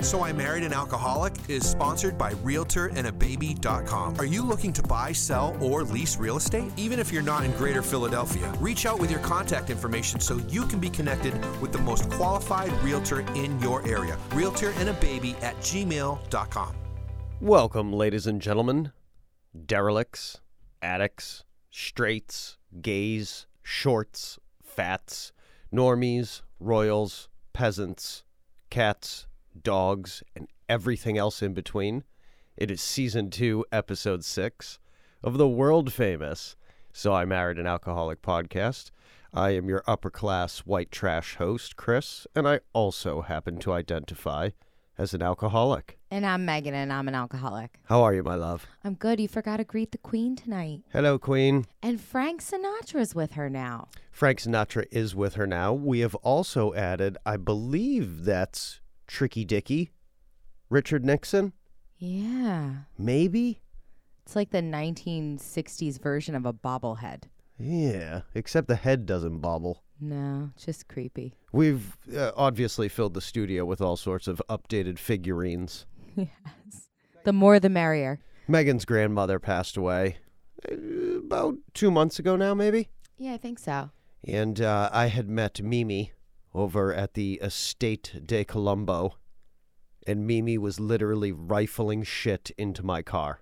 So I Married an Alcoholic is sponsored by RealtorAndABaby.com. Are you looking to buy, sell, or lease real estate? Even if you're not in greater Philadelphia, reach out with your contact information so you can be connected with the most qualified realtor in your area. RealtorAndABaby at gmail.com. Welcome, ladies and gentlemen, derelicts, addicts, straights, gays, shorts, fats, normies, royals, peasants, cats, dogs, and everything else in between. It is season two, episode six of the world famous So I Married an Alcoholic podcast. I am your upper class white trash host, Chris, and I also happen to identify as an alcoholic. And I'm Megan, and I'm an alcoholic. How are you, my love? I'm good. You forgot to greet the queen tonight. Hello, Queen. And Frank Sinatra's with her now. Frank Sinatra is with her now. We have also added, I believe that's Tricky Dicky, Richard Nixon, Yeah. maybe? It's like the 1960s version of a bobblehead. Yeah, except the head doesn't bobble. No, it's just creepy. We've uh, obviously filled the studio with all sorts of updated figurines. yes. The more the merrier. Megan's grandmother passed away uh, about two months ago now, maybe? Yeah, I think so. And uh, I had met Mimi over at the Estate de Colombo, and Mimi was literally rifling shit into my car.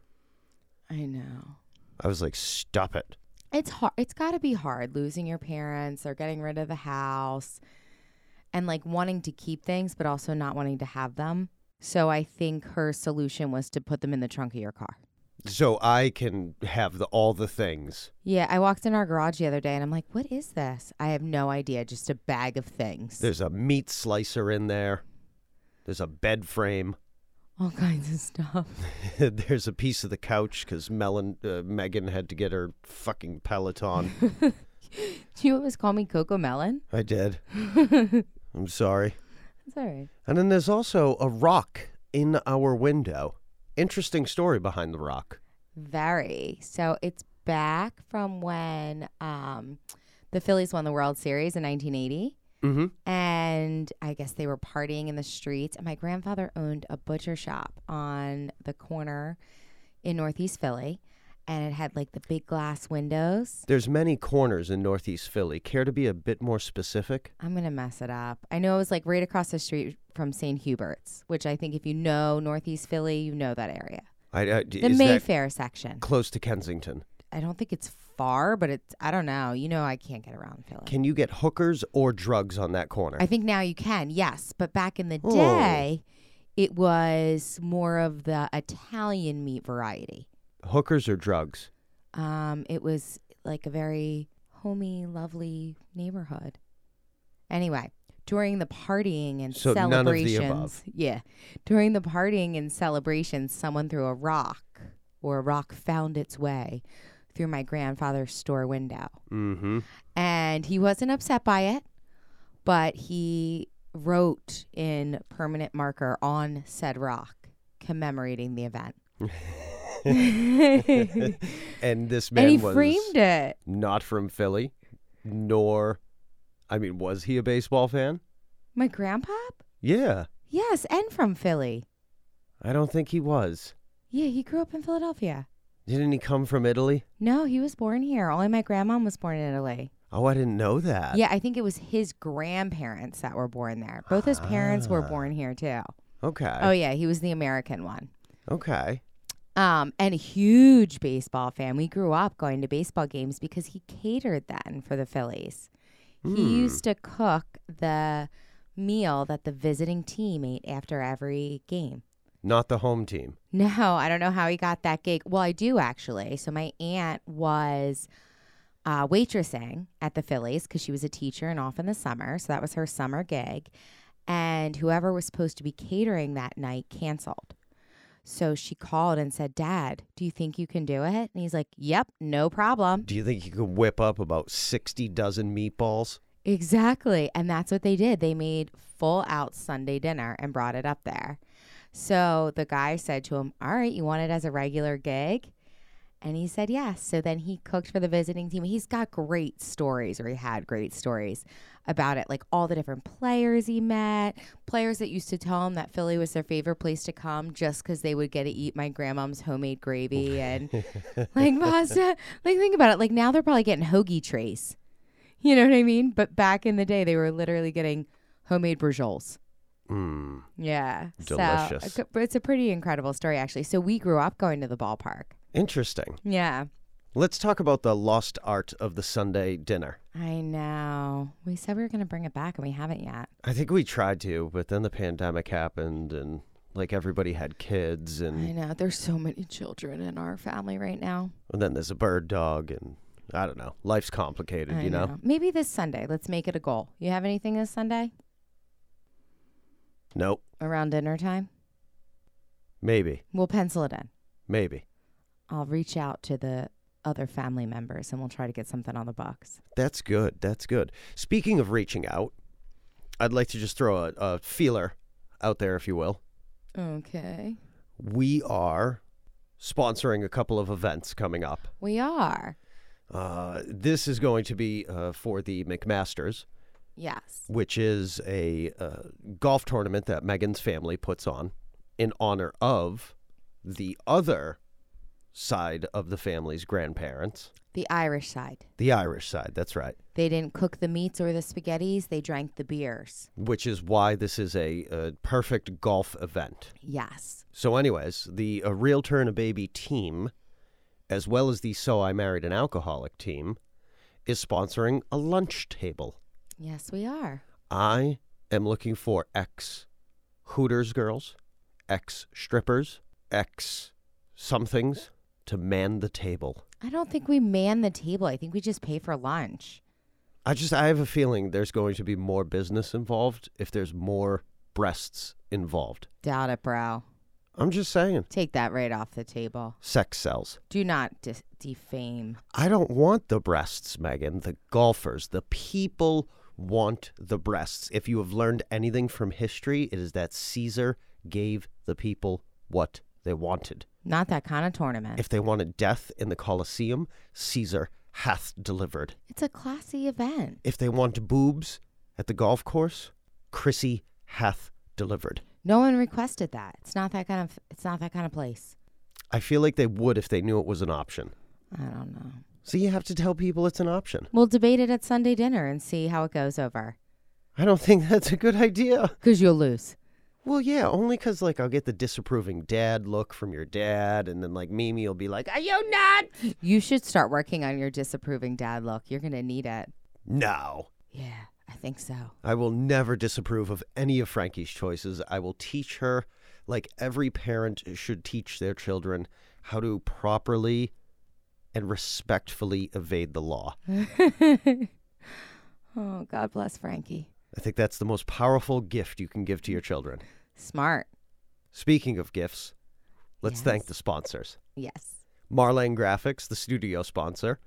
I know. I was like, stop it. It's hard. It's got to be hard losing your parents or getting rid of the house and like wanting to keep things, but also not wanting to have them. So I think her solution was to put them in the trunk of your car. So I can have the, all the things. Yeah, I walked in our garage the other day and I'm like, what is this? I have no idea. Just a bag of things. There's a meat slicer in there, there's a bed frame, all kinds of stuff. there's a piece of the couch because Melon, uh, Megan had to get her fucking Peloton. Do you always call me Coco Melon? I did. I'm sorry. That's all right. And then there's also a rock in our window. Interesting story behind the rock. Very. So it's back from when um, the Phillies won the World Series in 1980. Mm-hmm. And I guess they were partying in the streets. And my grandfather owned a butcher shop on the corner in Northeast Philly. And it had like the big glass windows. There's many corners in Northeast Philly. Care to be a bit more specific? I'm gonna mess it up. I know it was like right across the street from St. Hubert's, which I think if you know Northeast Philly, you know that area. I, I, The is that Mayfair section. close to Kensington? I don't think it's far, but it's I don't know. You know I can't get around Philly. Can you get hookers or drugs on that corner? I think now you can, yes. But back in the Oh. day it was more of the Italian meat variety. hookers or drugs? Um, it was like a very homey, lovely neighborhood. Anyway, during the partying and So none of the celebrations, above. yeah, during the partying and celebrations, someone threw a rock, or a rock found its way through my grandfather's store window, Mm-hmm. and he wasn't upset by it, but he wrote in permanent marker on said rock commemorating the event. And this man and he was framed it. not from Philly, nor, I mean, was he a baseball fan? My grandpa? Yeah, Yes, and from Philly. I don't think he was. Yeah, he grew up in Philadelphia. Didn't he come from Italy? No, he was born here. Only my grandma was born in Italy. Oh, I didn't know that. yeah, I think it was his grandparents that were born there. Both his parents were Ah. born here too. Okay. oh yeah, he was the American one. Okay. Um, and a huge baseball fan. We grew up going to baseball games because he catered then for the Phillies. Hmm. He used to cook the meal that the visiting team ate after every game. Not the home team. No, I don't know how he got that gig. Well, I do actually. So my aunt was uh, waitressing at the Phillies because she was a teacher and off in the summer. So that was her summer gig. And whoever was supposed to be catering that night canceled. So she called and said, Dad, do you think you can do it? And he's like, Yep, no problem. Do you think you could whip up about 60 dozen meatballs? Exactly. And that's what they did. They made full out Sunday dinner and brought it up there. So the guy said to him, All right, you want it as a regular gig? And he said yes. So then he cooked for the visiting team. He's got great stories, or he had great stories about it, like all the different players he met, players that used to tell him that Philly was their favorite place to come just because they would get to eat my grandmom's homemade gravy and like pasta. Like, think about it. Like, now they're probably getting hoagie trays. You know what I mean? But back in the day, they were literally getting homemade brujoles. Mm. Yeah. so, Delicious. a cou- it's a pretty incredible story, actually. So we grew up going to the ballpark. Interesting. Yeah. Let's talk about the lost art of the Sunday dinner. I know. We said we were going to bring it back, and we haven't yet. I think we tried to, but then the pandemic happened and like everybody had kids I and, know. There's so many children in our family right now. and then there's a bird dog and I don't know. Life's complicated, I you know? Maybe this Sunday. Let's make it a goal. You have anything this Sunday Nope. around dinner time? Maybe. We'll pencil it in. Maybe. I'll reach out to the other family members, and we'll try to get something on the box. That's good. That's good. Speaking of reaching out, I'd like to just throw a, a feeler out there, if you will. Okay. We are sponsoring a couple of events coming up. We are. Uh, this is going to be uh, for the McMasters, Yes. which is a uh, golf tournament that Megan's family puts on in honor of the other side of the family's grandparents, The Irish side. the Irish side. That's right. They didn't cook the meats or the spaghettis. They drank the beers. Which is why this is a, a perfect golf event. Yes. So, anyways, the A Real Turn a Baby team, as well as the So I Married an Alcoholic team, is sponsoring a lunch table. Yes, we are. I am looking for ex Hooters girls, ex strippers, ex somethings to man the table. I don't think we man the table. I think we just pay for lunch. I just, I have a feeling there's going to be more business involved if there's more breasts involved. Doubt it, bro. I'm just saying, Take that right off the table. sex sells. Do not dis- defame. I don't want the breasts, Megan. The golfers, the people want the breasts. If you have learned anything from history, it is that Caesar gave the people what they wanted. Not that kind of tournament. If they wanted death in the Colosseum, Caesar hath delivered. it's a classy event. If they want boobs at the golf course, Chrissy hath delivered. No one requested that. It's not that kind of. It's not that kind of place. I feel like they would if they knew it was an option. I don't know. So you have to tell people it's an option. We'll debate it at Sunday dinner and see how it goes over. I don't think that's a good idea. Cause you'll lose. Well, yeah, only 'cause like I'll get the disapproving dad look from your dad, and then like Mimi will be like, "Are you not?" You should start working on your disapproving dad look. You're gonna need it. No, Yeah, I think so. I will never disapprove of any of Frankie's choices. I will teach her, like every parent should teach their children, how to properly and respectfully evade the law. oh, God bless Frankie. I think that's the most powerful gift you can give to your children. Smart. Speaking of gifts, let's thank Yes. the sponsors. Yes. Marlane Graphics, the studio sponsor,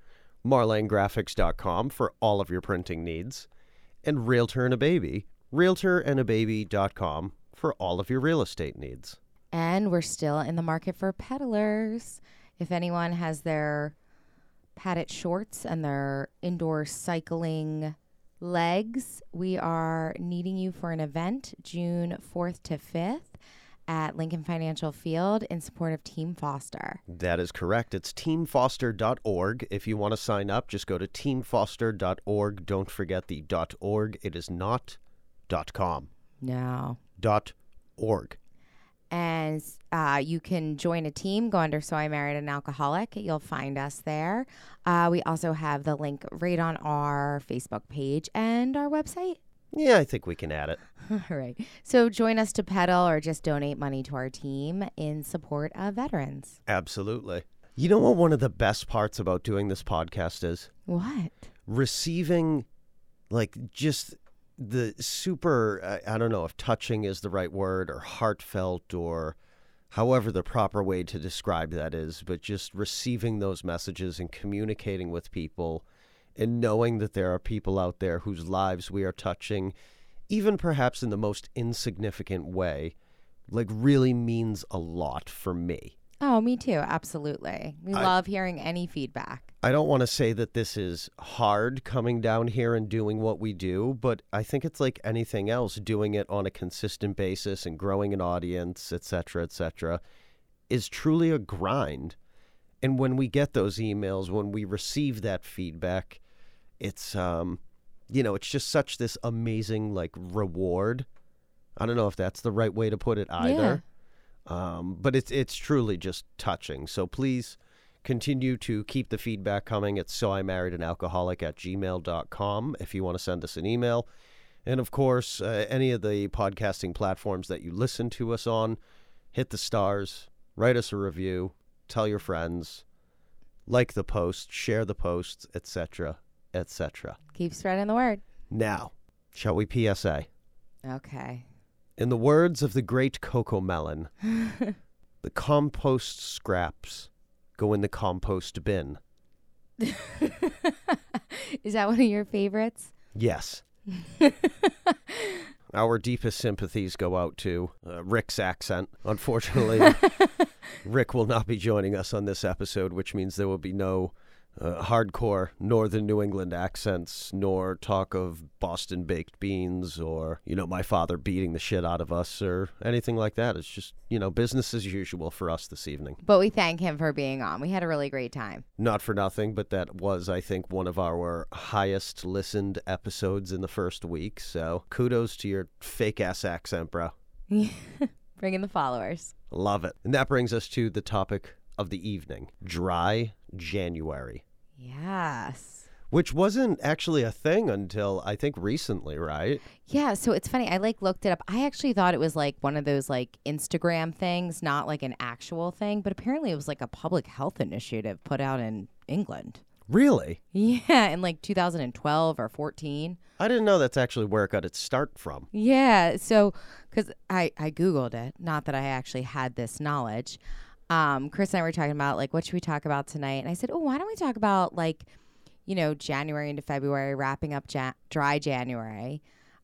marlanegraphics.com for all of your printing needs, and Realtor and a Baby, realtorandababy.com for all of your real estate needs. And we're still in the market for peddlers. If anyone has their padded shorts and their indoor cycling legs, we are needing you for an event June 4th to 5th at Lincoln Financial Field in support of Team Foster. That is correct. It's teamfoster.org. If you want to sign up, just go to teamfoster.org. Don't forget the .org. It is not .com. No. .org. and uh, you can join a team. Go under "So I Married an Alcoholic." You'll find us there. Uh, we also have the link right on our Facebook page and our website. Yeah, I think we can add it. All right. So join us to pedal or just donate money to our team in support of veterans. Absolutely. You know what one of the best parts about doing this podcast is? What? receiving like just the super uh, I, I don't know if touching is the right word or heartfelt or however the proper way to describe that is but just receiving those messages and communicating with people and knowing that there are people out there whose lives we are touching even perhaps in the most insignificant way like really means a lot for me Oh, me too. Absolutely. We I- love hearing any feedback. I don't want to say that this is hard coming down here and doing what we do, but I think it's like anything else, doing it on a consistent basis and growing an audience, et cetera, et cetera, is truly a grind. And when we get those emails, when we receive that feedback, it's um, you know, it's just such this amazing like reward. I don't know if that's the right way to put it either um, but it's it's truly just touching. So please continue to keep the feedback coming. It's so I married an alcoholic at gmail.com if you want to send us an email. And of course, uh, any of the podcasting platforms that you listen to us on, hit the stars, write us a review, tell your friends, like the post, share the posts, etc., etc. Keep spreading the word. Now, shall we PSA? Okay. In the words of the great Coco Melon, the compost scraps go in the compost bin. Is that one of your favorites? Yes. Our deepest sympathies go out to uh, Rick's accent. Unfortunately, Rick will not be joining us on this episode, which means there will be no uh, hardcore northern New England accents, nor talk of Boston baked beans or, you know, my father beating the shit out of us or anything like that. It's just, you know, business as usual for us this evening. But we thank him for being on. We had a really great time. Not for nothing, but that was, I think, one of our highest listened episodes in the first week. So kudos to your fake ass accent, bro. Bring in the followers. Love it. And that brings us to the topic of the evening dry January, Yes. which wasn't actually a thing until I think recently, right? Yeah, so it's funny. I like looked it up. I actually thought it was like one of those like Instagram things, not like an actual thing, but apparently it was like a public health initiative put out in England. Really? Yeah, in like 2012 or 14. I didn't know that's actually where it got its start from. Yeah, so cuz I I googled it, not that I actually had this knowledge. Um Chris and I were talking about like what should we talk about tonight? And I said, "Oh, why don't we talk about like you know, January into February, wrapping up ja- dry January,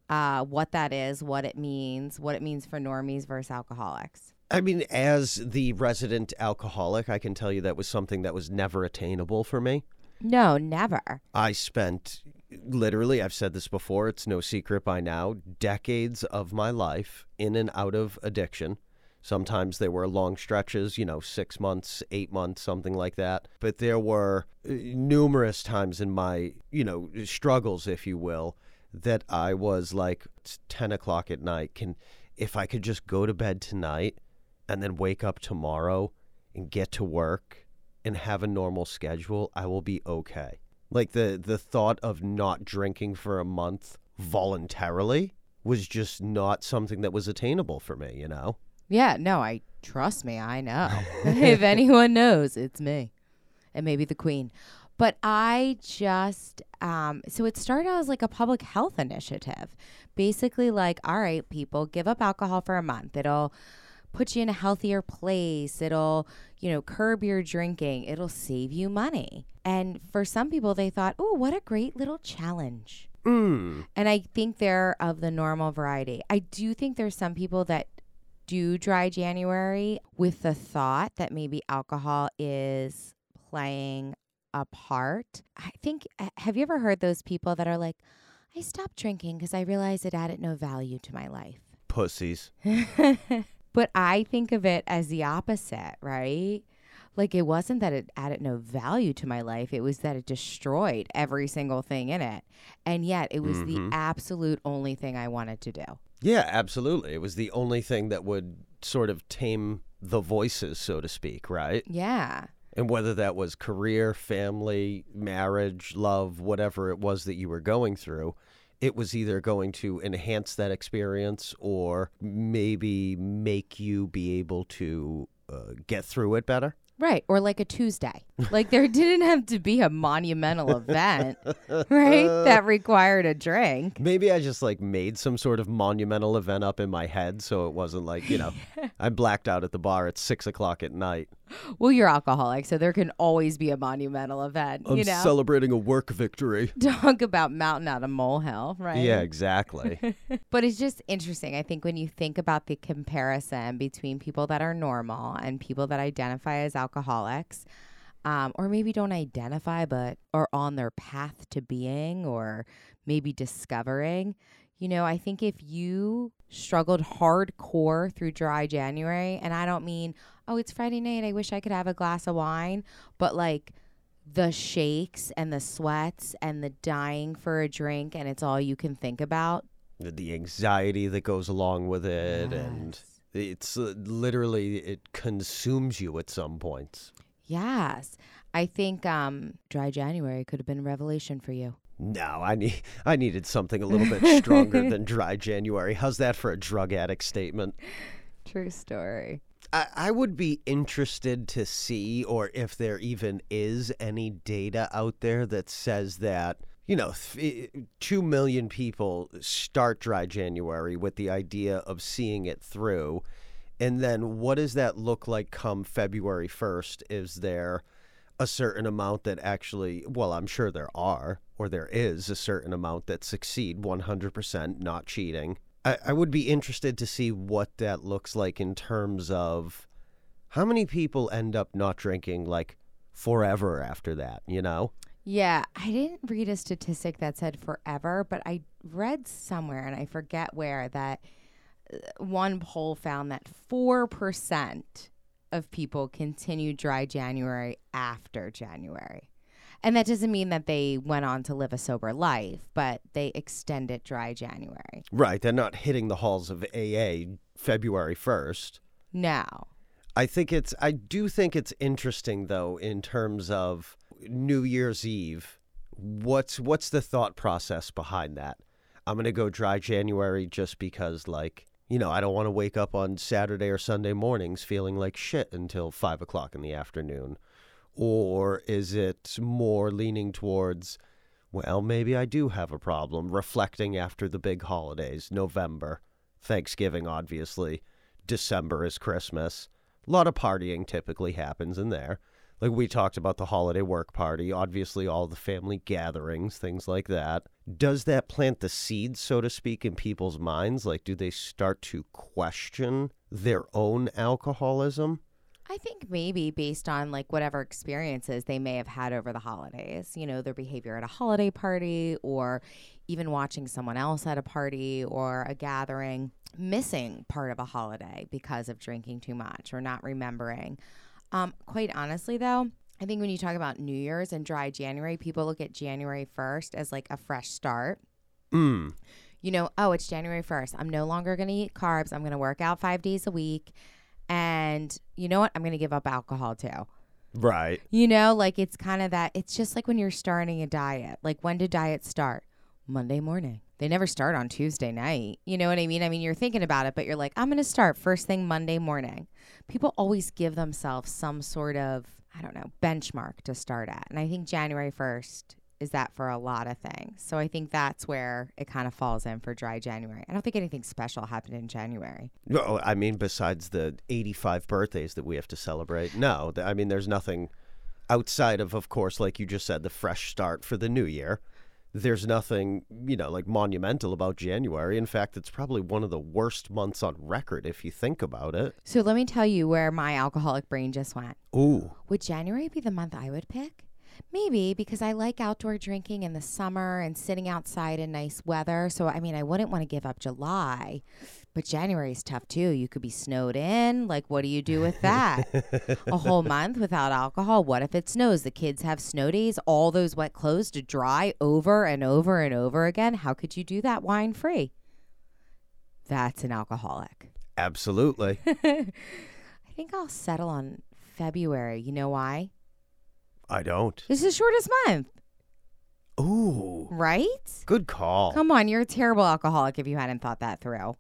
uh, what that is, what it means, what it means for normies versus alcoholics. I mean, as the resident alcoholic, I can tell you that was something that was never attainable for me. No, never. I spent literally, I've said this before, it's no secret by now, decades of my life in and out of addiction. Sometimes there were long stretches, you know, six months, eight months, something like that. But there were uh, numerous times in my, you know, struggles, if you will, that I was like, it's 10 o'clock at night. Can, if I could just go to bed tonight and then wake up tomorrow and get to work and have a normal schedule, I will be okay. Like the the thought of not drinking for a month voluntarily was just not something that was attainable for me, you know. Yeah, no, I trust me, I know. if anyone knows, it's me. And maybe the queen. But I just um so it started out as like a public health initiative. Basically like, all right, people, give up alcohol for a month. It'll put you in a healthier place. It'll, you know, curb your drinking. It'll save you money. And for some people they thought, "Oh, what a great little challenge." Mm. And I think they're of the normal variety. I do think there's some people that do dry January with the thought that maybe alcohol is playing a part. I think, h- have you ever heard those people that are like, I stopped drinking because I realized it added no value to my life? Pussies. but I think of it as the opposite, right? Like it wasn't that it added no value to my life, it was that it destroyed every single thing in it. And yet it was Mhm. the absolute only thing I wanted to do. Yeah, absolutely. It was the only thing that would sort of tame the voices, so to speak, right? Yeah. And whether that was career, family, marriage, love, whatever it was that you were going through, it was either going to enhance that experience or maybe make you be able to uh, get through it better. Right. Or like a Tuesday. Like there didn't have to be a monumental event, right? That required a drink. Maybe I just like made some sort of monumental event up in my head so it wasn't like, you know, I'm blacked out at the bar at six o'clock at night. well, you're alcoholic, so there can always be a monumental event. I'm you know, celebrating a work victory. talk about mountain out of molehill, right? Yeah, exactly. But it's just interesting. I think when you think about the comparison between people that are normal and people that identify as alcoholics, um, or maybe don't identify but are on their path to being or maybe discovering, you know, I think if you struggled hardcore through dry January, and I don't mean, oh, it's Friday night, I wish I could have a glass of wine, but like, the shakes and the sweats and the dying for a drink, and it's all you can think about the, the anxiety that goes along with it, and Yes. it's uh, literally it consumes you at some points. Yes. I think um, Dry January could have been a revelation for you. No, I need I needed something a little bit stronger than dry January. How's that for a drug addict statement? True story. I, I would be interested to see, or if there even is any data out there that says that, you know, th- two million people start dry January with the idea of seeing it through. And then what does that look like come February 1st? Is there a certain amount that actually, well, I'm sure there are, or there is a certain amount that succeed 100%, not cheating. I, I would be interested to see what that looks like in terms of how many people end up not drinking like forever after that, you know? Yeah, I didn't read a statistic that said forever, but I read somewhere, and I forget where, that uh, one poll found that 4% of people continue Dry January after January. And that doesn't mean that they went on to live a sober life, but they extended Dry January. Right. They're not hitting the halls of AA February 1st. No. I think it's I do think it's interesting though in terms of New Year's Eve. What's what's the thought process behind that? I'm going to go dry January just because like, you know, I don't want to wake up on Saturday or Sunday mornings feeling like shit until five o'clock in the afternoon. Or is it more leaning towards, well, maybe I do have a problem reflecting after the big holidays, November, Thanksgiving, obviously, December is Christmas. A lot of partying typically happens in there. Like we talked about the holiday work party, obviously, all the family gatherings, things like that. Does that plant the seeds, so to speak, in people's minds? Like, do they start to question their own alcoholism? I think maybe based on like whatever experiences they may have had over the holidays, you know, their behavior at a holiday party or even watching someone else at a party or a gathering, missing part of a holiday because of drinking too much or not remembering. Um, quite honestly, though, I think when you talk about New Year's and dry January, people look at January 1st as like a fresh start Mm. you know, oh, it's January 1st. I'm no longer going to eat carbs. I'm going to work out five days a week. And you know what? I'm going to give up alcohol too. Right. You know, like it's kind of that. It's just like when you're starting a diet. Like, when do diets start? Monday morning. They never start on Tuesday night. You know what I mean? I mean, you're thinking about it, but you're like, I'm going to start first thing Monday morning. People always give themselves some sort of, I don't know, benchmark to start at. And I think January 1st is that for a lot of things. So I think that's where it kind of falls in for dry January. I don't think anything special happened in January. No, oh, I mean, besides the 85 birthdays that we have to celebrate, no. th- I mean, there's nothing outside of, of course, like you just said, the fresh start for the new year. There's nothing, you know, like monumental about January. In fact, it's probably one of the worst months on record if you think about it. So let me tell you where my alcoholic brain just went. Ooh. Would January be the month I would pick? Maybe because I like outdoor drinking in the summer and sitting outside in nice weather. So, I mean, I wouldn't want to give up July, but January is tough too. You could be snowed in. Like, what do you do with that? a whole month without alcohol. What if it snows? The kids have snow days, all those wet clothes to dry over and over and over again. How could you do that wine free? That's an alcoholic. Absolutely. I think I'll settle on February. You know why? I don't. It's the shortest month. Ooh. Right? Good call. Come on, you're a terrible alcoholic if you hadn't thought that through.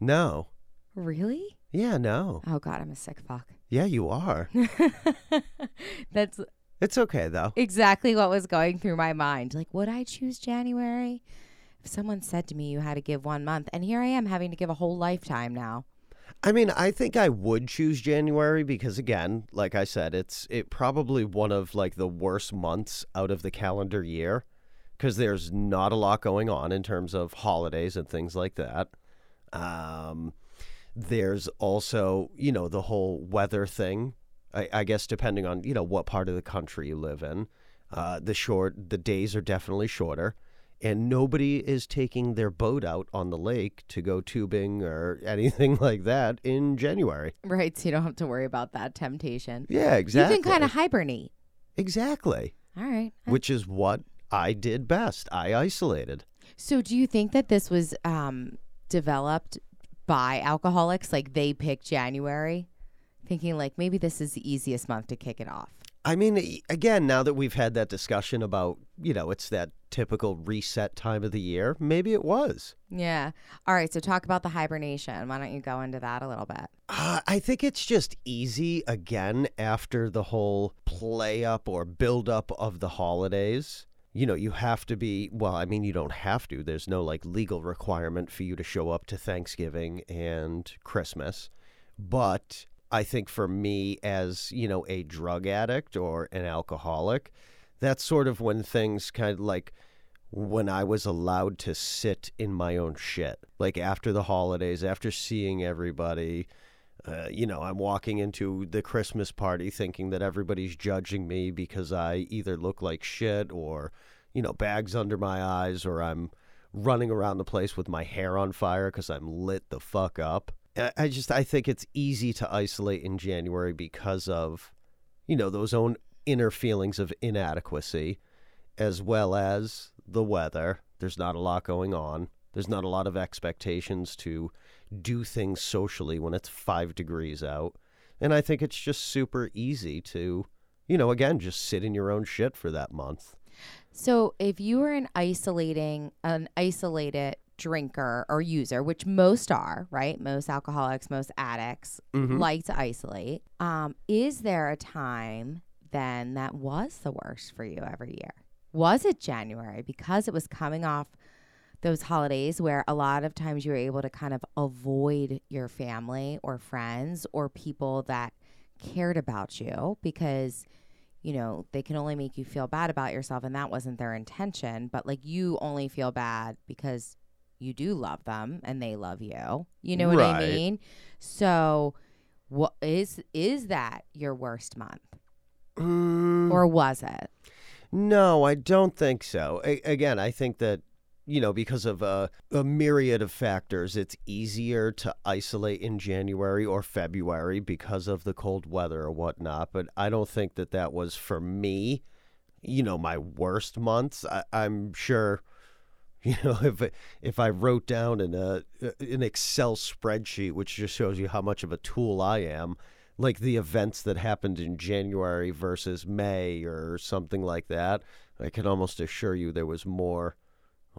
No. Really? Yeah, no. Oh god, I'm a sick fuck. Yeah, you are. That's It's okay, though. exactly what was going through my mind. Like, would I choose January? If someone said to me you had to give one month, and here I am having to give a whole lifetime now. I mean, I think I would choose January because again, like I said, it's it probably one of like the worst months out of the calendar year because there's not a lot going on in terms of holidays and things like that. Um, there's also, you know, the whole weather thing. I, I guess depending on you know what part of the country you live in, uh, the short the days are definitely shorter, and nobody is taking their boat out on the lake to go tubing or anything like that in January. Right. So you don't have to worry about that temptation. Yeah, exactly. You can kind of hibernate. exactly, All right. which is what I did best. I isolated. So do you think that this was um, developed by alcoholics? Like they picked January, thinking like maybe this is the easiest month to kick it off. I mean, e- again, now that we've had that discussion about, you know, it's that typical reset time of the year, maybe it was. Yeah. All right. So talk about the hibernation. Why don't you go into that a little bit? Uh, I think it's just easy again after the whole play up or build up of the holidays. You know, you have to be, well, I mean, you don't have to. There's no like legal requirement for you to show up to Thanksgiving and Christmas. But I think for me, as, you know, a drug addict or an alcoholic, that's sort of when things kind of like when I was allowed to sit in my own shit. Like after the holidays, after seeing everybody, uh, you know, I'm walking into the Christmas party thinking that everybody's judging me because I either look like shit or, you know, bags under my eyes or I'm running around the place with my hair on fire because I'm lit the fuck up. I I just, I think it's easy to isolate in January because of, you know, those own inner feelings of inadequacy as well as the weather. There's not a lot going on. There's not a lot of expectations to do things socially when it's five degrees out. And I think it's just super easy to, you know, again, just sit in your own shit for that month. So if you were an isolating an isolated drinker or user, which most are, right? Most alcoholics, most addicts Mm-hmm. like to isolate. Um, is there a time then that was the worst for you every year? Was it January because it was coming off those holidays where a lot of times you were able to kind of avoid your family or friends or people that cared about you because you know they can only make you feel bad about yourself and that wasn't their intention but like you only feel bad because you do love them and they love you you know what i Right. mean so what is is that your worst month Mm, or was it No, I don't think so. A- again, I think that, you know, because of a, a myriad of factors, it's easier to isolate in January or February because of the cold weather or whatnot. But I don't think that that was for me, you know, my worst months. I, I'm sure. You know, if if I wrote down in a an Excel spreadsheet, which just shows you how much of a tool I am, like the events that happened in January versus May or something like that, I can almost assure you there was more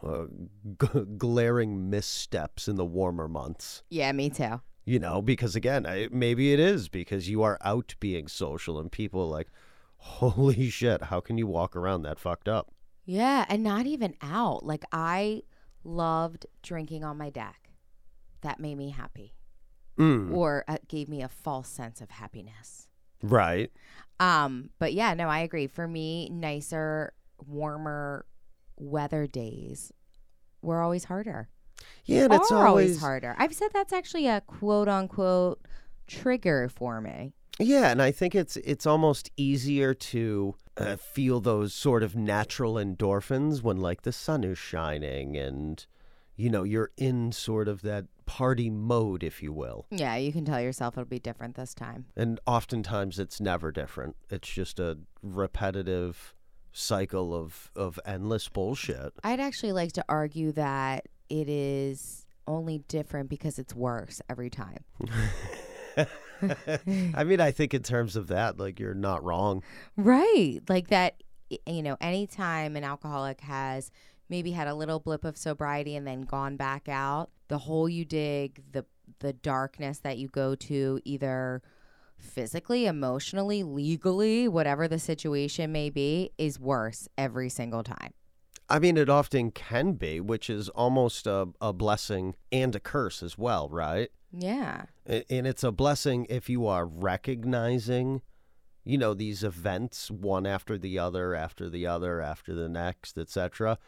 uh, g- glaring missteps in the warmer months. yeah me too You know, because again, I, maybe it is because you are out being social and people are like, holy shit, how can you walk around that fucked up? Yeah, and not even out. Like I loved drinking on my deck. That made me happy Mm, or uh, gave me a false sense of happiness. right. Um, but yeah, no, I agree. For me, nicer, warmer weather days were always harder. Yeah, and it's are always, always harder. I've said that's actually a quote unquote trigger for me. Yeah, and I think it's it's almost easier to uh, feel those sort of natural endorphins when like the sun is shining and you know you're in sort of that party mode, if you will. Yeah, you can tell yourself it'll be different this time. And oftentimes it's never different. It's just a repetitive cycle of of endless bullshit. I'd actually like to argue that it is only different because it's worse every time. I mean, I think in terms of that, like you're not wrong. Right. Like that, y- you know, anytime an alcoholic has maybe had a little blip of sobriety and then gone back out, the hole you dig, the the darkness that you go to either physically, emotionally, legally, whatever the situation may be, is worse every single time. I mean, it often can be, which is almost a, a blessing and a curse as well, right? Yeah. A- And it's a blessing if you are recognizing, you know, these events one after the other, after the other, after the next, etc.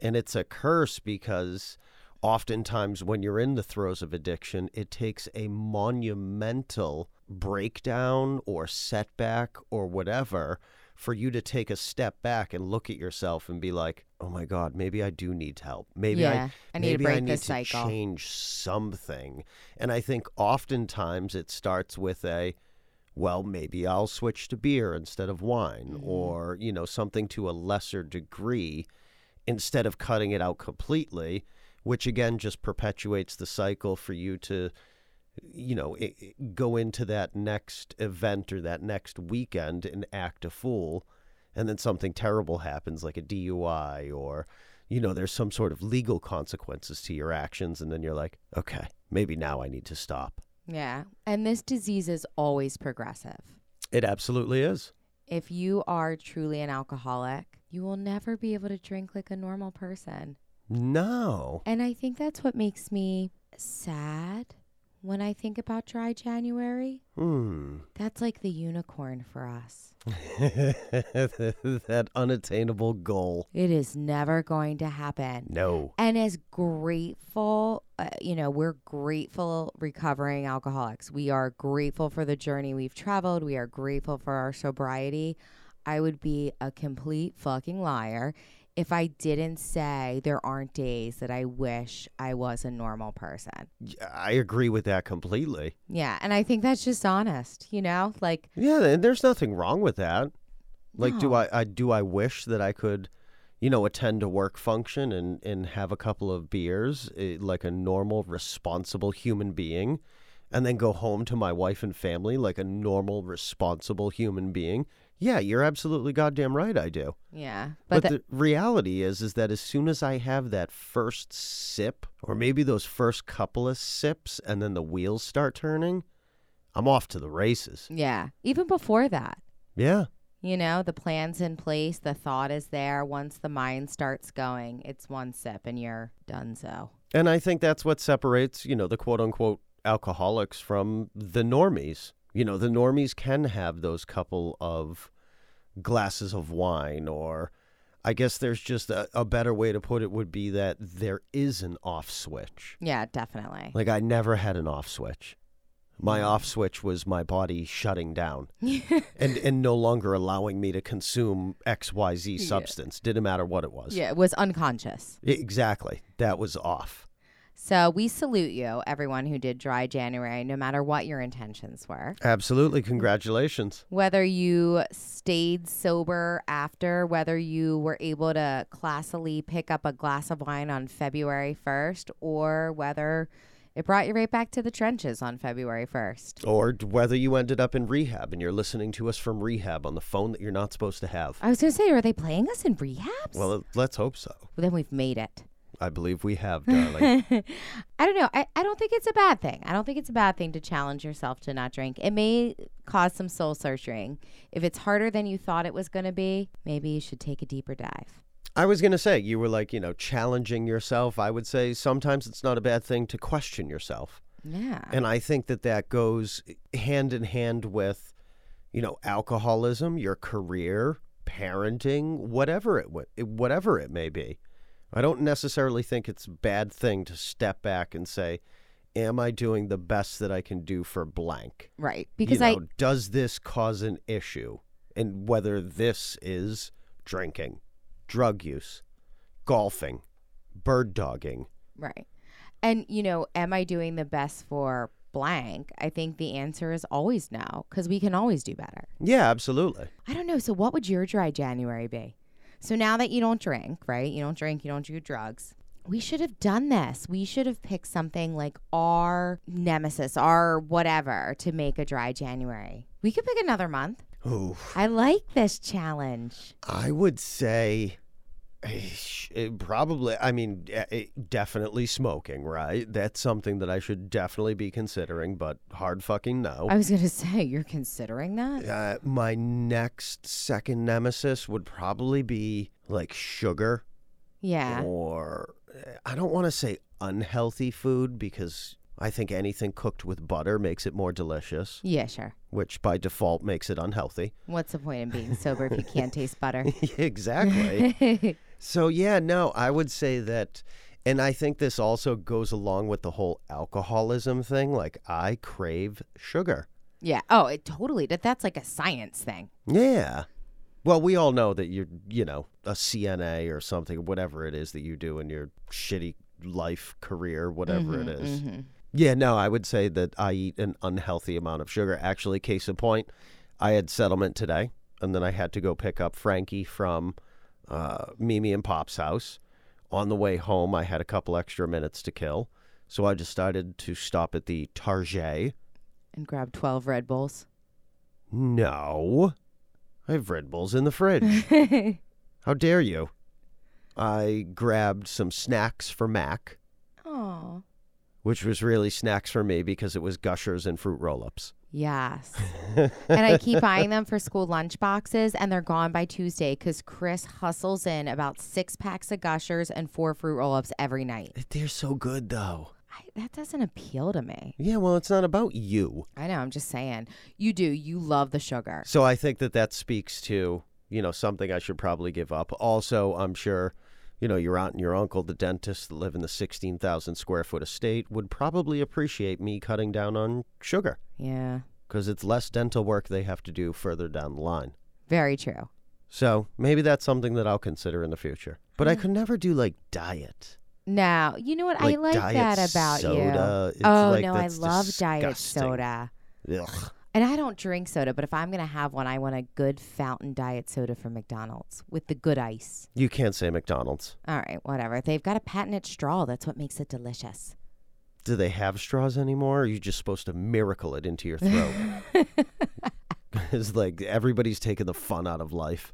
And it's a curse because oftentimes when you're in the throes of addiction, it takes a monumental breakdown or setback or whatever for you to take a step back and look at yourself and be like, "Oh my god, maybe I do need help. Maybe Yeah, I I need to maybe I break need this to cycle." change something." And I think oftentimes it starts with a well, maybe I'll switch to beer instead of wine Mm-hmm. or, you know, something to a lesser degree instead of cutting it out completely, which again just perpetuates the cycle for you to, you know, i i- go into that next event or that next weekend and act a fool. And then something terrible happens, like a DUI, or, you know, there's some sort of legal consequences to your actions. And then you're like, okay, maybe now I need to stop. Yeah. And this disease is always progressive. It absolutely is. If you are truly an alcoholic, you will never be able to drink like a normal person. No. And I think that's what makes me sad when I think about dry January. Hmm. That's like the unicorn for us. that unattainable goal. It is never going to happen. No. And as grateful, uh, you know, we're grateful recovering alcoholics. We are grateful for the journey we've traveled. We are grateful for our sobriety. I would be a complete fucking liar if I didn't say there aren't days that I wish I was a normal person. Y- I agree with that completely. Yeah. And I think that's just honest, you know? Like, Yeah, and there's nothing wrong with that. Like do No. I, I do I wish that I could, you know, attend a work function and and have a couple of beers eh, like a normal responsible human being and then go home to my wife and family like a normal responsible human being? Yeah, you're absolutely goddamn right I do. yeah. But, But, the, the, reality is, is that as soon as I have that first sip, or maybe those first couple of sips, and then the wheels start turning, I'm off to the races. yeah. Even before that, Yeah, You know, the plan's in place, the thought is there. Once the mind starts going, it's one sip and you're done so. and I think that's what separates, you know, the quote unquote alcoholics from the normies. You know, the normies can have those couple of glasses of wine, or I guess there's just a, a better way to put it would be that there is an off switch. Yeah, definitely. Like I never had an off switch. My Mm. off switch was my body shutting down and, and no longer allowing me to consume XYZ Yeah. substance. Didn't matter what it was. yeah, it was unconscious. E- Exactly. That was off. So we salute you, everyone who did dry January, no matter what your intentions were. Absolutely. Congratulations. Whether you stayed sober after, whether you were able to classily pick up a glass of wine on February 1st, or whether it brought you right back to the trenches on February 1st. Or d- whether you ended up in rehab and you're listening to us from rehab on the phone that you're not supposed to have. I was going to say, are they playing us in rehabs? Well, let's hope so. Well, then we've made it. I believe we have, darling. I don't know. I, I don't think it's a bad thing. I don't think it's a bad thing to challenge yourself to not drink. It may cause some soul searching. If it's harder than you thought it was going to be, maybe you should take a deeper dive. I was going to say, you were like, you know, challenging yourself. I would say sometimes it's not a bad thing to question yourself. Yeah. And I think that that goes hand in hand with, you know, alcoholism, your career, parenting, whatever it wa- whatever it may be. I don't necessarily think it's a bad thing to step back and say, "Am I doing the best that I can do for blank?" You right. Because I, know, does this cause an issue, and whether this is drinking, drug use, golfing, bird dogging. right. And, you know, am I doing the best for blank? I think the answer is always no, because we can always do better. Yeah, absolutely. I don't know. So, what would your dry January be? So, now that you don't drink, right? You don't drink, you don't do drugs. We should have done this. We should have picked something like our nemesis, our whatever, to make a dry January. We could pick another month. Ooh. I like this challenge. I would say eh, sh- eh, probably, I mean, eh, eh, definitely smoking, right? That's something that I should definitely be considering, but hard fucking no. I was going to say, you're considering that? Uh, my next second nemesis would probably be like sugar Yeah. or eh, I don't want to say unhealthy food because I think anything cooked with butter makes it more delicious, Yeah, sure. which by default makes it unhealthy. What's the point in being sober if you can't taste butter? exactly. so yeah, no, I would say that and I think this also goes along with the whole alcoholism thing. Like I crave sugar. Yeah. Oh, it totally. That that's like a science thing. Yeah. Well, we all know that you're, you know, a CNA or something, whatever it is that you do in your shitty life, career, whatever it Mm-hmm, is. Yeah, no, I would say that I eat an unhealthy amount of sugar. Actually, case in point, I had settlement today, and then I had to go pick up Frankie from uh, Mimi and Pop's house. On the way home, I had a couple extra minutes to kill, so I decided to stop at the Target. And grab twelve Red Bulls. No. I have Red Bulls in the fridge. How dare you? I grabbed some snacks for Mac, Oh. which was really snacks for me because it was gushers and fruit roll ups. Yes. and I keep buying them for school lunch boxes and they're gone by Tuesday because Chris hustles in about six packs of gushers and four fruit roll ups every night. They're so good, though. I, that doesn't appeal to me. Yeah, well, it's not about you. I know, I'm just saying. You do. You love the sugar. So I think that that speaks to, you know, something I should probably give up. Also, I'm sure, you know, your aunt and your uncle, the dentists that live in the 16,000 square foot estate, would probably appreciate me cutting down on sugar. Yeah. because it's less dental work they have to do further down the line. Very true. So maybe that's something that I'll consider in the future. But I could never do like diet. Now, you know what? Like Hmm. I like diet that about soda. you. It's oh, like, no, I that's love diet disgusting. soda. Ugh. And I don't drink soda, but if I'm going to have one, I want a good fountain diet soda from McDonald's with the good ice. You can't say McDonald's. All right, whatever. They've got a patented straw. That's what makes it delicious. Do they have straws anymore? Or are you just supposed to miracle it into your throat? it's like everybody's taking the fun out of life.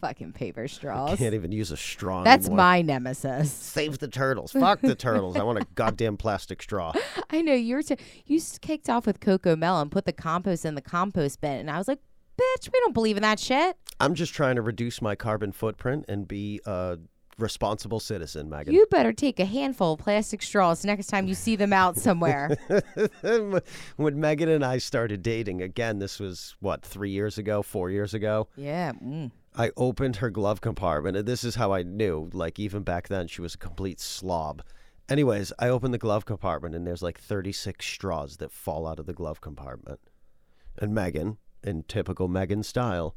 Fucking paper I straws. can't even use a straw That's anymore. my nemesis. Save the turtles. Fuck the turtles. I want a goddamn plastic straw. I know you were. T- you s- kicked off with Coco Melon, put the compost in the compost bin, and I was like, "Bitch, we don't believe in that shit." I'm just trying to reduce my carbon footprint and be a responsible citizen, Megan. You better take a handful of plastic straws next time you see them out somewhere. when Megan and I started dating, again, this was what, three years ago, four years ago, yeah. Mm. I opened her glove compartment. And this is how I knew, like, even back then, she was a complete slob. Anyways, I opened the glove compartment and there's like 36 straws that fall out of the glove compartment. And Megan, in typical Megan style,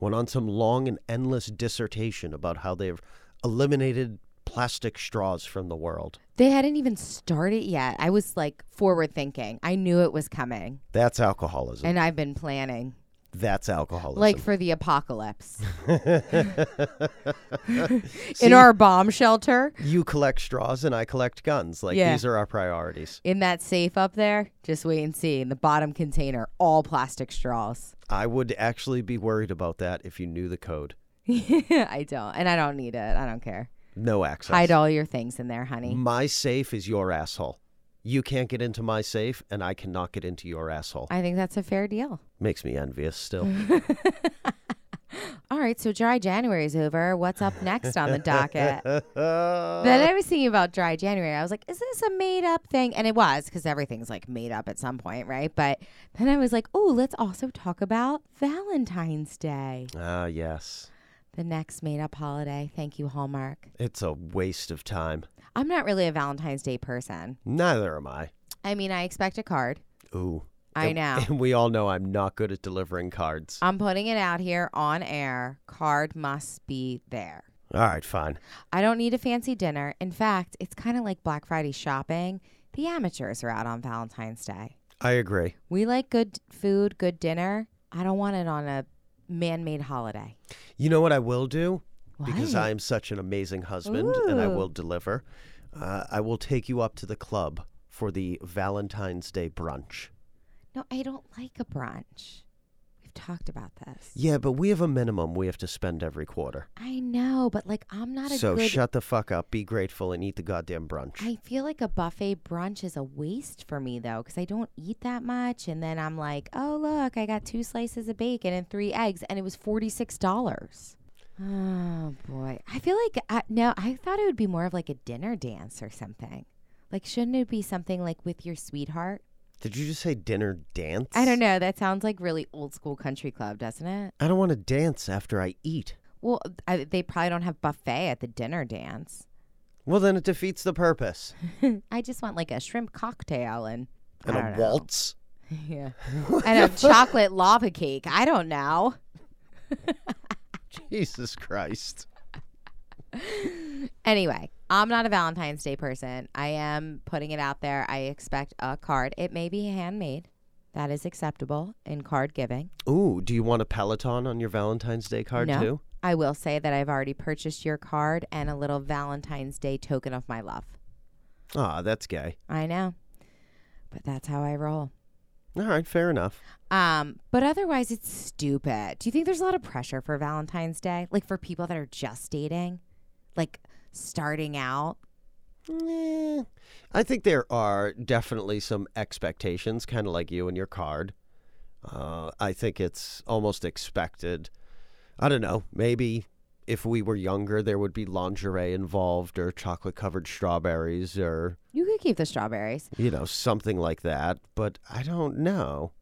went on some long and endless dissertation about how they've eliminated plastic straws from the world. They hadn't even started yet. I was like forward thinking. I knew it was coming, That's alcoholism. and I've been planning, That's alcoholism. like for the apocalypse. in our bomb shelter, you collect straws and I collect guns. Like Yeah. these are our priorities. in that safe up there, just wait and see. In the bottom container, all plastic straws. I would actually be worried about that if you knew the code. I don't, and I don't need it. I don't care. No access. Hide all your things in there, honey. My safe is your asshole. You can't get into my safe and I cannot get into your asshole. I Mm-hmm. think that's a fair deal. Makes me envious still. All right, so dry January is over. What's up next on the docket? then I was thinking about dry January. I was like, is this a made up thing? And it was because everything's like made up at some point, right? But then I was like, oh, let's also talk about Valentine's Day, ah, yes. the next made up holiday. Thank you, Hallmark. It's a waste of time. I'm not really a Valentine's Day person. Neither am I. I mean, I expect a card. Ooh. I And- know. And we all know I'm not good at delivering cards. I'm putting it out here on air. Card must be there. All right, fine. I don't need a fancy dinner. In fact, it's kind of like Black Friday shopping. The amateurs are out on Valentine's Day. I agree. We like good food, good dinner. I don't want it on a man made holiday. You know what I will do? Because What? I am such an amazing husband and I Ooh. will deliver. Uh, I will take you up to the club for the Valentine's Day brunch. No, I don't like a brunch. We've talked about this. Yeah, but we have a minimum we have to spend every quarter. I know, but like, I'm not a So good. shut the fuck up, be grateful, and eat the goddamn brunch. I feel like a buffet brunch is a waste for me though, because I don't eat that much. And then I'm like, oh, look, I got two slices of bacon and three eggs, and it was $46. uh, Oh, boy. I feel like, I, no, I thought it would be more of like a dinner dance or something. Like, shouldn't it be something like with your sweetheart? Did you just say dinner dance? I don't know. That sounds like really old school country club, doesn't it? I don't want to dance after I eat. Well, I, they probably don't have buffet at the dinner dance. Well, then it defeats the purpose. I just want like a shrimp cocktail and And I don't a know. waltz. Yeah. and a chocolate lava cake. I don't know. Jesus Christ. Anyway, I'm not a Valentine's Day person. I am putting it out there. I expect a card. It may be handmade. That is acceptable in card giving. Ooh, do you want a Peloton on your Valentine's Day card no, too? I will say that I've already purchased your card and a little Valentine's Day token of my love. Ah, that's gay. I know. But that's how I roll. All right, fair enough. Um, but otherwise it's stupid. Do you think there's a lot of pressure for Valentine's Day? Like for people that are just dating? Like starting out? Eh, I think there are definitely some expectations, kind of like you and your card. Uh, I think it's almost expected. I don't know. Maybe if we were younger, there would be lingerie involved or chocolate covered strawberries or, You could keep the strawberries. you know, something like that. But I don't know.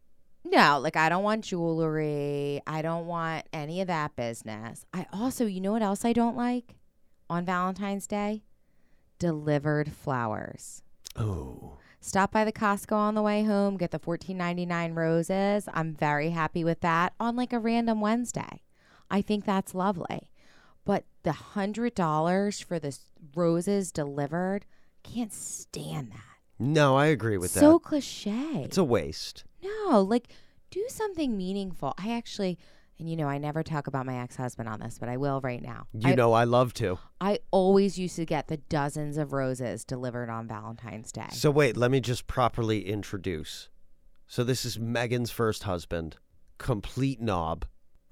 No, like I don't want jewelry. I don't want any of that business. I also, you know what else I don't like on Valentine's Day? Delivered flowers. Oh. Stop by the Costco on the way home, get the 14.99 roses. I'm very happy with that on like a random Wednesday. I think that's lovely. But the $100 for the s- roses delivered, can't stand that. No, I agree with So that. cliche. It's a waste. No, like do something meaningful. I actually, and you know, I never talk about my ex husband on this, but I will right now. You I, know, I love to. I always used to get the dozens of roses delivered on Valentine's Day. So wait, let me just properly introduce. So this is Megan's first husband, complete knob,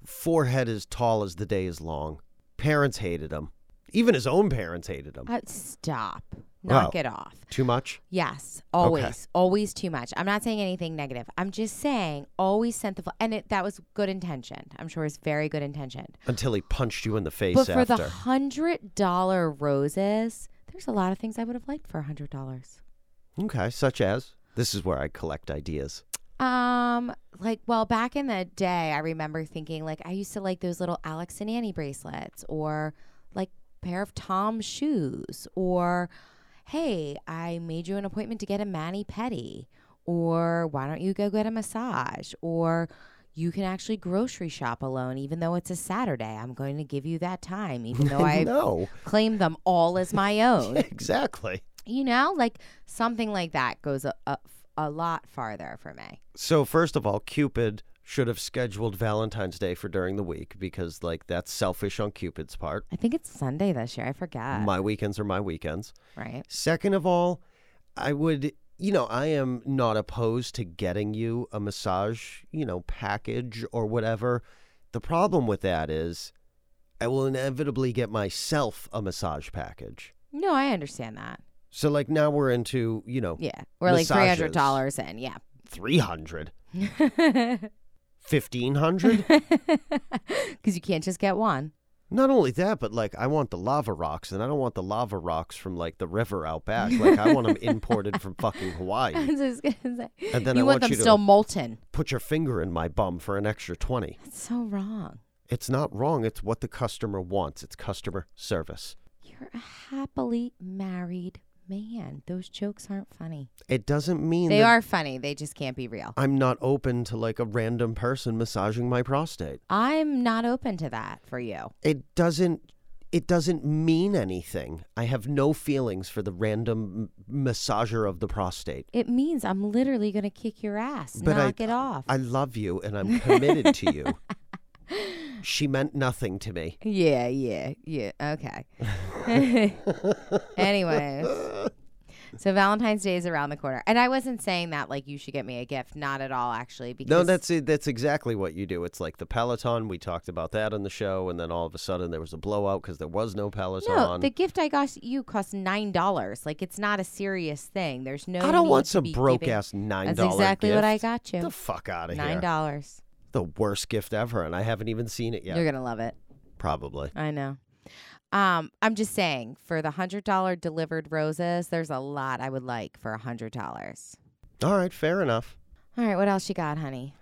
forehead as tall as the day is long. Parents hated him. Even his own parents hated him. Uh, stop. Knock Wow. it off. Too much? Yes, always, always too much. I'm not saying anything negative. I'm just saying always sent the fl- and it, that was good intentioned. I'm sure it's very good intentioned. Until he punched you in the face But for after. the hundred dollar roses, there's a lot of things I would have liked for a hundred dollars. okay, such as this is where I collect ideas. Um, like well, back in the day, I remember thinking like I used to like those little Alex and Annie bracelets, or like pair of Tom shoes, or hey, I made you an appointment to get a mani pedi, or why don't you go get a massage, or you can actually grocery shop alone, even though it's a Saturday. I'm going to give you that time, even though I no, claim them all as my own exactly. you know like something like that goes a, a, a lot farther for me So first of all, Cupid should have scheduled Valentine's Day for during the week because like that's selfish on Cupid's part. i think it's sunday this year i forget my weekends are my weekends. right Second of all, I would, you know, I am not opposed to getting you a massage, you know, package or whatever. The problem with that is I will inevitably get myself a massage package. no i understand that So, like, now we're into, you know, yeah we're like Massages. $300 in yeah 300, 1500. because you can't just get one Not only that, but like, I want the lava rocks and I don't want the lava rocks from like the river out back. Like, I want them imported from fucking I Hawaii. was just gonna say. And then you I want want them you to- still molten Put your finger in my bum for an extra 20. that's so wrong It's not wrong. It's what the customer wants. It's customer service. you're a happily married man those jokes aren't funny It doesn't mean they that are funny they just can't be real I'm not open to like a random person massaging my prostate. i'm not open to that for you It doesn't it doesn't mean anything. I have no feelings for the random m- massager of the prostate. It means I'm literally going to kick your ass. But I- Knock it off. I love you and I'm committed to you. She meant nothing to me. yeah, yeah, yeah. Okay. Anyways. So Valentine's Day is around the corner. And I wasn't saying that like you should get me a gift. Not at all, actually. Because No, that's it. That's exactly what you do. It's like the Peloton. We talked about that on the show, and then all of a sudden there was a blowout because there was no Peloton. No, the gift I got you cost nine dollars. Like it's not a serious thing. There's no I don't need want to some be broke giving- ass nine That's dollar. exactly what I got The you. fuck out of Nine here! dollars. The worst gift ever, and I haven't even seen it yet. You're gonna love it. Probably. I know. Um, I'm just saying, for the hundred dollar delivered roses, there's a lot I would like for a hundred dollars. All right, fair enough. All right, what else you got, honey?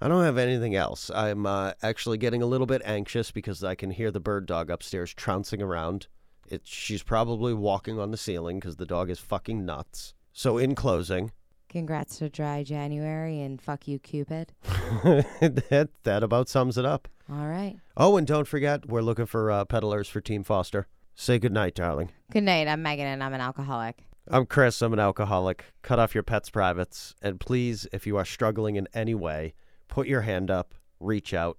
I don't have anything else. I'm uh, actually getting a little bit anxious because I can hear the bird dog upstairs trouncing around. It, she's probably walking on the ceiling because the dog is fucking nuts. So, in closing, Congrats to dry January and fuck you, Cupid. that, that about sums it up. All right. Oh, and don't forget, we're looking for uh, peddlers for Team Foster. Say goodnight, darling. Good night. I'm Megan and I'm an alcoholic. I'm Chris. I'm an alcoholic. Cut off your pet's privates. And please, if you are struggling in any way, put your hand up, reach out,